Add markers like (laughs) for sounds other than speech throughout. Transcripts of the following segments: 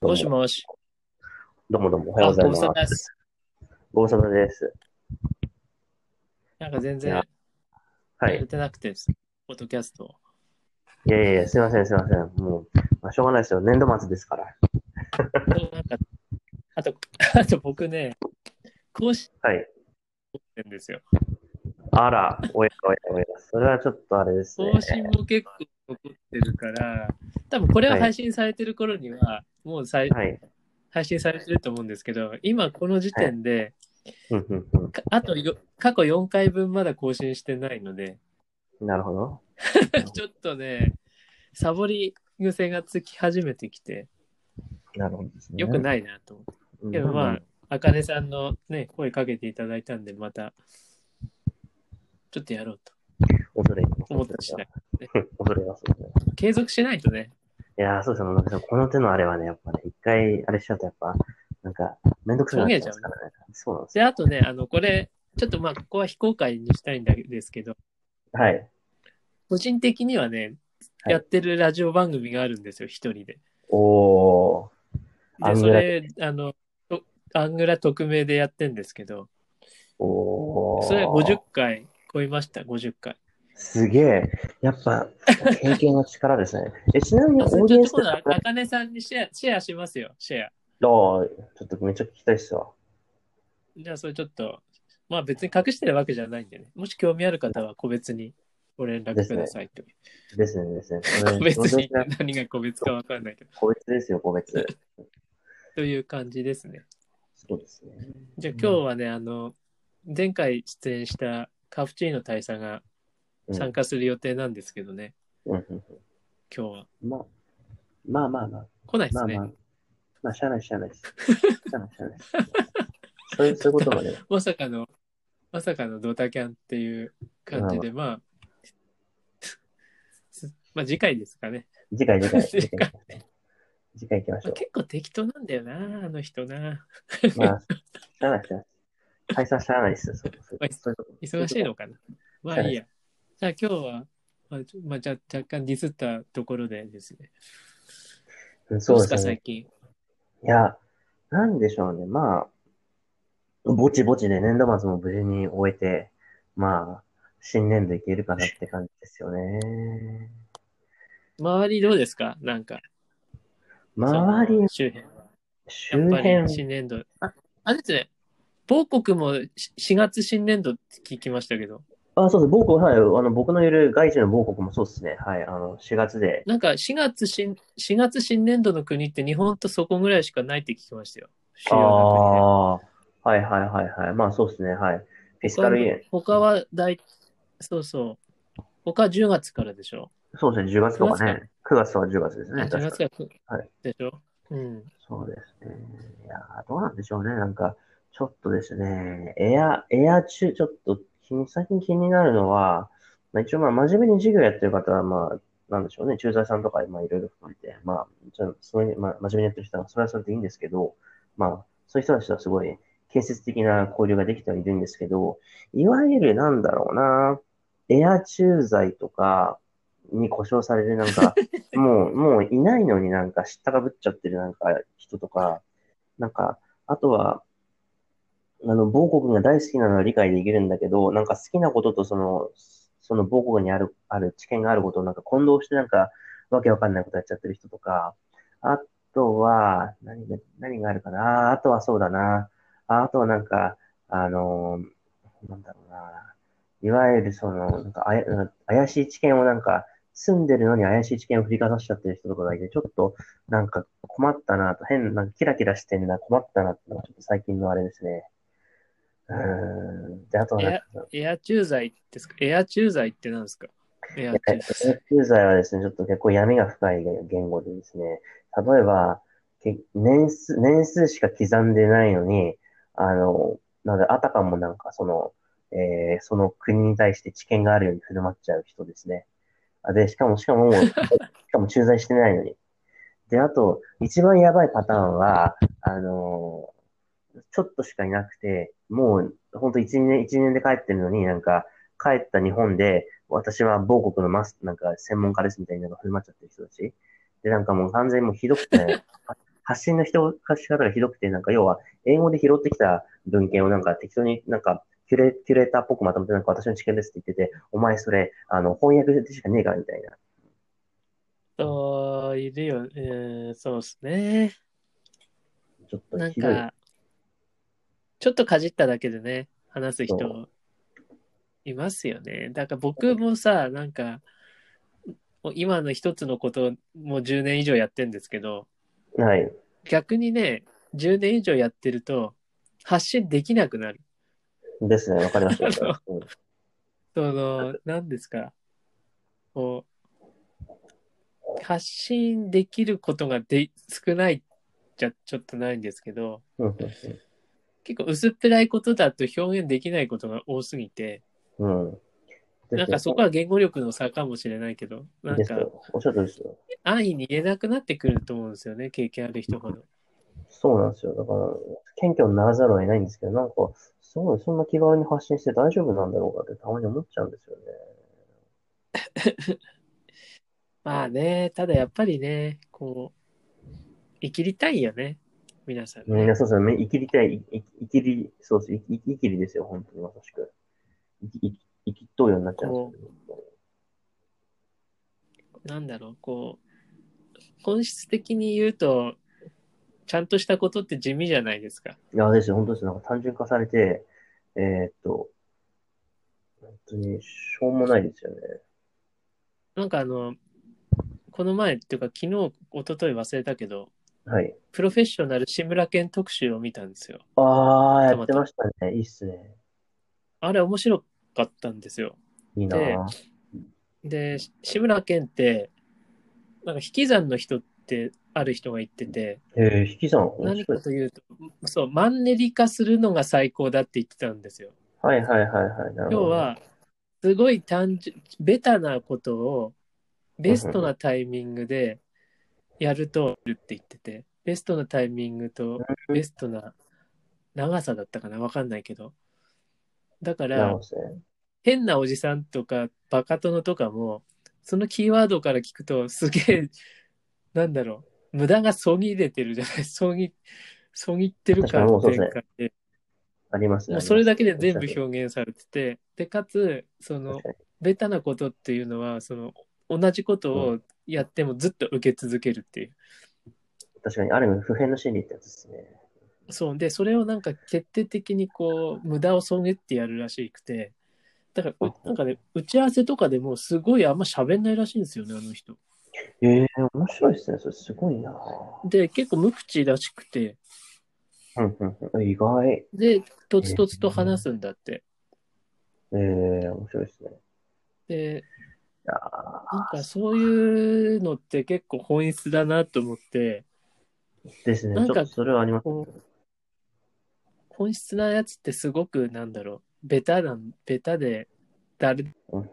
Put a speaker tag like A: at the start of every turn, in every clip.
A: どう
B: もしもし。
A: どうもどうも、おはよ
B: あ、
A: うござ
B: ご
A: い
B: 無
A: ます
B: 沙汰。です。
A: ご無沙汰です。
B: なんか全
A: い
B: 然
A: やは
B: や
A: い
B: れ。てなくて、ポッドキャスト。
A: いやいやいや、すいません、すいません。もう、まあ、しょうがないですよ。年度末ですから。
B: なんかあと、 (laughs) あと僕ね、講師
A: はい。
B: ってんですよ。
A: あら、おやおやおや。それはちょっとあれですね。
B: 更新も結構残ってるから、多分これは配信されてる頃には、もうさい
A: はい。
B: 配信されてると思うんですけど、今この時点で、
A: うんうんう
B: かあとよ過去4回分まだ更新してないので、
A: ん。なるほど。
B: ちょっとね、サボり癖がつき始めてきて、
A: なるほどですね。
B: 良く
A: い。
B: ないなと思って
A: うん、
B: けどまあ、あかねさんのね、声かけていただいたんで、また、ちょっとやろうと
A: 恐れ入ります。
B: 思ったりしない。
A: (laughs) 恐れ入ります。恐れ入ります
B: 継続しないとね、
A: いやー、そうですね。なんかこの手のあれはね、やっぱね、一回あれしちゃうと、やっぱ、なんか、めんどくさくなっちゃいますからね。そうなんです
B: で、
A: よ。
B: あとね、あの、これ、ちょっとまあ、ここは非公開にしたいんですけど、
A: はい。
B: 個人的にはね、
A: はい
B: やってるラジオ番組があるんですよ、一人で。
A: おー。
B: で、
A: アン
B: そ
A: グラ
B: れ、あの、とアングラ匿名でやってんですけど、
A: おー。
B: それは50回超えました、50回。
A: すげえ。やっぱ、経験の力ですね。え、ちなみにオ
B: あそれ
A: ー
B: ち
A: ディ
B: ょ
A: エ
B: っ
A: ン
B: と
A: スって
B: 今度、あかねさんにシェア、シェアしますよ、シェア。
A: どうちょっとめっちゃ聞きたいっすわ。
B: じゃあ、それちょっと、まあ別に隠してるわけじゃないんでね。もし興味ある方は個別にご連絡くださいと。
A: ですね、ですね。
B: 個 (laughs) 別に
A: これ
B: 何が個別かわかんないけど。
A: 個別ですよ、個別。
B: という感じですね。
A: そうですね。
B: じゃあ今日はね、あの、前回出演したカプチーノ大佐が
A: うん
B: 参加する予定なんですけどね、
A: うんうん
B: 今日は。
A: うんまあ、まあまあまあ、
B: 来ないで
A: ますあ
B: ね。
A: まあ、まあ、しゃあない、しゃあないです。しゃあない、しゃあないです。そういう、そういうこともね、
B: まさかの、まさかのドタキャンっていう感じで、まあ、 (laughs) すまあ次回ですかね。
A: 次回、次回、
B: 次
A: 次
B: 回
A: 回。次回行きまし
B: ま (laughs)
A: ょ
B: あ結構適当なんだよな、あの人な。
A: う。まあ、しゃあない、しゃあない。解散しゃあないですよ、そうそう
B: まあ
A: そういうこと。
B: 忙しいのかな。まあいいや。じゃあ今日は、まあ、ちょまあ、じゃ若干ディスったところでですね。
A: うんそ
B: どう
A: う
B: で
A: ですす
B: か、
A: ね。
B: 最近。
A: いや、なんでしょうね。まあ、ぼちぼちで年度末も無事に終えて、まあ、新年度いけるかなって感じですよね。
B: 周りどうですかなんか。
A: 周り
B: (laughs) その、周辺。
A: 周
B: やっぱり
A: 辺、
B: 新年度。あ、あれですね。某国も4月新年度って聞きましたけど、
A: あ、そうです。僕、はい、あの、僕のいる外地の某国もそうですね。はい、あの、4月で。
B: なんか4月新、4月新年度の国って日本とそこぐらいしかないって聞きましたよ。主
A: あ
B: 要な
A: あ、はいはいはいはい。まあそうですね、はい。フィスカルイ
B: 国
A: エ
B: で。他は大、そうそう。他は10月からでしょ。
A: ン。そうですね、10月と
B: 10
A: か
B: 月
A: ね。9月とか10月ですね、
B: 10
A: 確
B: 月
A: か。
B: からく
A: はい
B: でしょ。うん。
A: そうですね。いやー、どうなんでしょうね。なんか、ちょっとですね、エア、エア中、ちょっと気に、最近気になるのは、まあ、一応、まあ、真面目に授業やってる方は、まあ、なんでしょうね、駐在さんとか、まあ、いろいろ含めて、まあ、ちょそれに、まあ、真面目にやってる人は、それはそれでいいんですけど、まあ、そういう人たちとはすごい、建設的な交流ができてはいるんですけど、いわゆるなんだろうな、エア駐在とかに故障される、なんか、もう、もういないのになんか知ったかぶっちゃってるなんか人とか、なんか、あとは、あの、某国が大好きなのは理解できるんだけど、なんか好きなこととその、その某国にある、ある知見があることをなんか混同してなんか、わけわかんないことやっちゃってる人とか、あとは、何が、何があるかなああとはそうだな。ああとはなんか、あのなんだろうな。いわゆるその、なんかあや、なんか怪しい知見をなんか、住んでるのに怪しい知見を振りかざしちゃってる人とかがいて、ちょっとなんか困ったなと、変な、キラキラしてるな、困ったなってのがちょっと最近のあれですね。うーん。で、あとはなんか、
B: エア駐在ですかエア駐在って何ですかエア駐在。
A: 経済はですね、ちょっと結構闇が深い言語でですね、例えば、け年数、年数しか刻んでないのに、あの、なんで、あたかもなんかその、えーその国に対して知見があるように振る舞っちゃう人ですね。あで、しかも、しかももう、しかも駐在してないのに。で、あと、一番やばいパターンは、あのちょっとしかいなくて、もう、ほんと1、2年、1年で帰ってるのになんか、帰った日本で、私は某国のマス、なんか専門家ですみたいなのが振る舞っちゃってる人たち。で、なんかもう完全にもうひどくて、 (laughs) 発信の広がし方がひどくて、なんか要は、英語で拾ってきた文献をなんか適当になんか、キュレ、キュレーターっぽくまとめて、なんか私の知見ですって言ってて、お前それ、あの、翻訳でしかねえからみたいな。
B: そう、いるよ、えーそうですね。
A: ちょっと
B: なん
A: ひどい。
B: か、ちょっとかじっただけでね、話す人いますよね。だから僕もさ、なんか、もう今の一つのことをもう10年以上やってんですけど、
A: はい。
B: 逆にね、10年以上やってると、発信できなくなる。
A: ですね、わかりました。うん
B: そ
A: (laughs)
B: の、何ですか。こう、発信できることがで少ないじゃちょっとないんですけど、
A: うんうん
B: 結構薄っぺらいことだと表現できないことが多すぎて、
A: うん。うん
B: なんかそこは言語力の差かもしれないけど、なん
A: です
B: か
A: よ。おっしゃるとりですよ。
B: 安易に言えなくなってくると思うんですよね、経験ある人ほど。
A: そうなんですよ。だから、謙虚にならざるを得ないんですけど、なんか、すごい、そんな気軽に発信して大丈夫なんだろうかってたまに思っちゃうんですよね。
B: まあね、ただやっぱりね、こう、生きりたいよね、皆さん
A: みん
B: ね
A: な。そうですね。生きりたい、いい生きり、そうです。生き生きりですよ、本当にまさしく。生き、生き生きっとうようになっちゃうんですよ
B: なんだろう、こう、本質的に言うと、ちゃんとしたことって地味じゃないですか。
A: いや、ですよ、本当です。なんか単純化されて、えーっと、本当に、しょうもないですよね。
B: なんかあの、この前っていうか昨日、一昨日忘れたけど、
A: はい。
B: プロフェッショナル志村けん特集を見たんですよ。
A: あー、
B: たまた
A: やってましたね。いいっすね。
B: あれ面白かったんですよ。
A: いいな
B: でで、し志村けんって、なんか引き算の人ってある人が言ってて、
A: えー、引き算、面
B: 何
A: 白
B: か
A: い。
B: というと、そう、マンネリ化するのが最高だって言ってたんですよ。
A: はいはいはいはい。なる
B: 要
A: ほど。
B: は、すごい単純、ベタなことを、ベストなタイミングでやると、って言ってて、ベストなタイミングと、ベストな長さだったかなわかんないけど。だか
A: なるほ
B: ら
A: ど、ですね。
B: 変なおじさんとか、バカ殿とかも、そのキーワードから聞くと、すげえ、 (laughs) なんだろう、無駄がそぎ出てるじゃない、 (laughs) そぎ、そぎってる感
A: 確かにもうそう
B: 全
A: ですね
B: 開で。
A: ありますね。
B: もうそれだけで全部
A: ありま
B: 表現されてて、で、かつ、その
A: 確か、
B: ベタなことっていうのは、その、同じことをやってもずっと受け続けるっていう。
A: す確かに、ある意味、普遍の心理ってやつですね。
B: そう。で、それをなんか決定的にこう、無駄をそぎってやるらしくて、だから、うなんかね、打ち合わせとかでもすごいあんま喋んないらしいんですよね、あの人。
A: ええー、面白いですね。それすごいな
B: で、結構無口らしくて、
A: うんうんうん意外。え
B: で、とつとつと話すんだって。
A: えー、面白いですね。い
B: で、
A: や
B: なんかそういうのって結構本質だなと思って、
A: ーですね。
B: なん
A: ちょ
B: か
A: っとそれはあります。
B: こう本質なやつってすごくなんだろう、ベタなん、ベタで誰
A: うん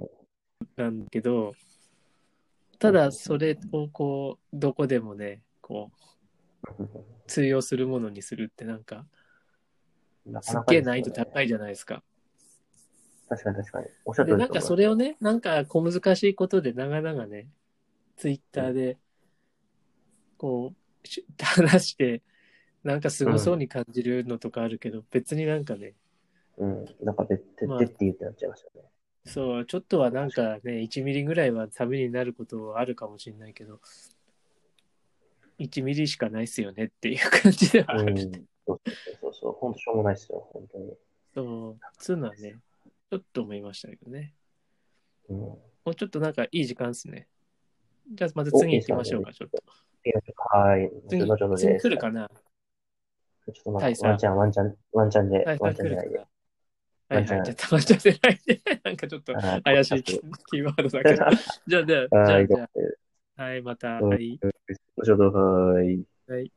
B: なんだけど、ただそれをこう、どこでもね、こう、通用するものにするってなんか、
A: なか
B: すっ
A: なか
B: げえ
A: です
B: 難
A: よね
B: 易度高いじゃないですか。
A: 確かに確かに。おっしゃる
B: で、
A: 通
B: な
A: りだ
B: ん
A: と思い
B: か
A: ます
B: それをね、なんか小難しいことで長々ね、ツイッターで、こう、し話して、なんかすごそうに感じるのとかあるけど、別になんかね、
A: うん。なんか、で、で、
B: まあ
A: でって言ってなっちゃいましたね。
B: そう、ちょっとはなんかね、1ミリぐらいはためになることはあるかもしれないけど、1ミリしかないっすよねっていう感じではあ
A: う
B: る。
A: ん。そうそうそう。本当しょうもないですよ。本当に。
B: そう、つうのはね、ちょっと思いましたけどね。
A: うん。
B: もうちょっとなんかいい時間っすね。じゃあまた次行きましょうか、ちょっと。
A: いやちょっとはい。
B: 次、
A: 後ほど
B: 次
A: で
B: 来
A: す。
B: るかな
A: ちょっと待っ
B: 大
A: て、
B: 佐
A: ワンチャン、ワンチャン、ワンチャンで、
B: はい、
A: ワ
B: は
A: ン
B: い、
A: チャンでないで。
B: はい、はい、じゃあ、たまちゃでないで、なんかちょっと
A: はい
B: 怪しいキーワードだけど。じゃあ、じゃあ、じゃ
A: は
B: あ、
A: い。
B: じ
A: どう
B: ゃあはい、また、
A: も
B: はい。
A: 後ほど、はい。
B: はい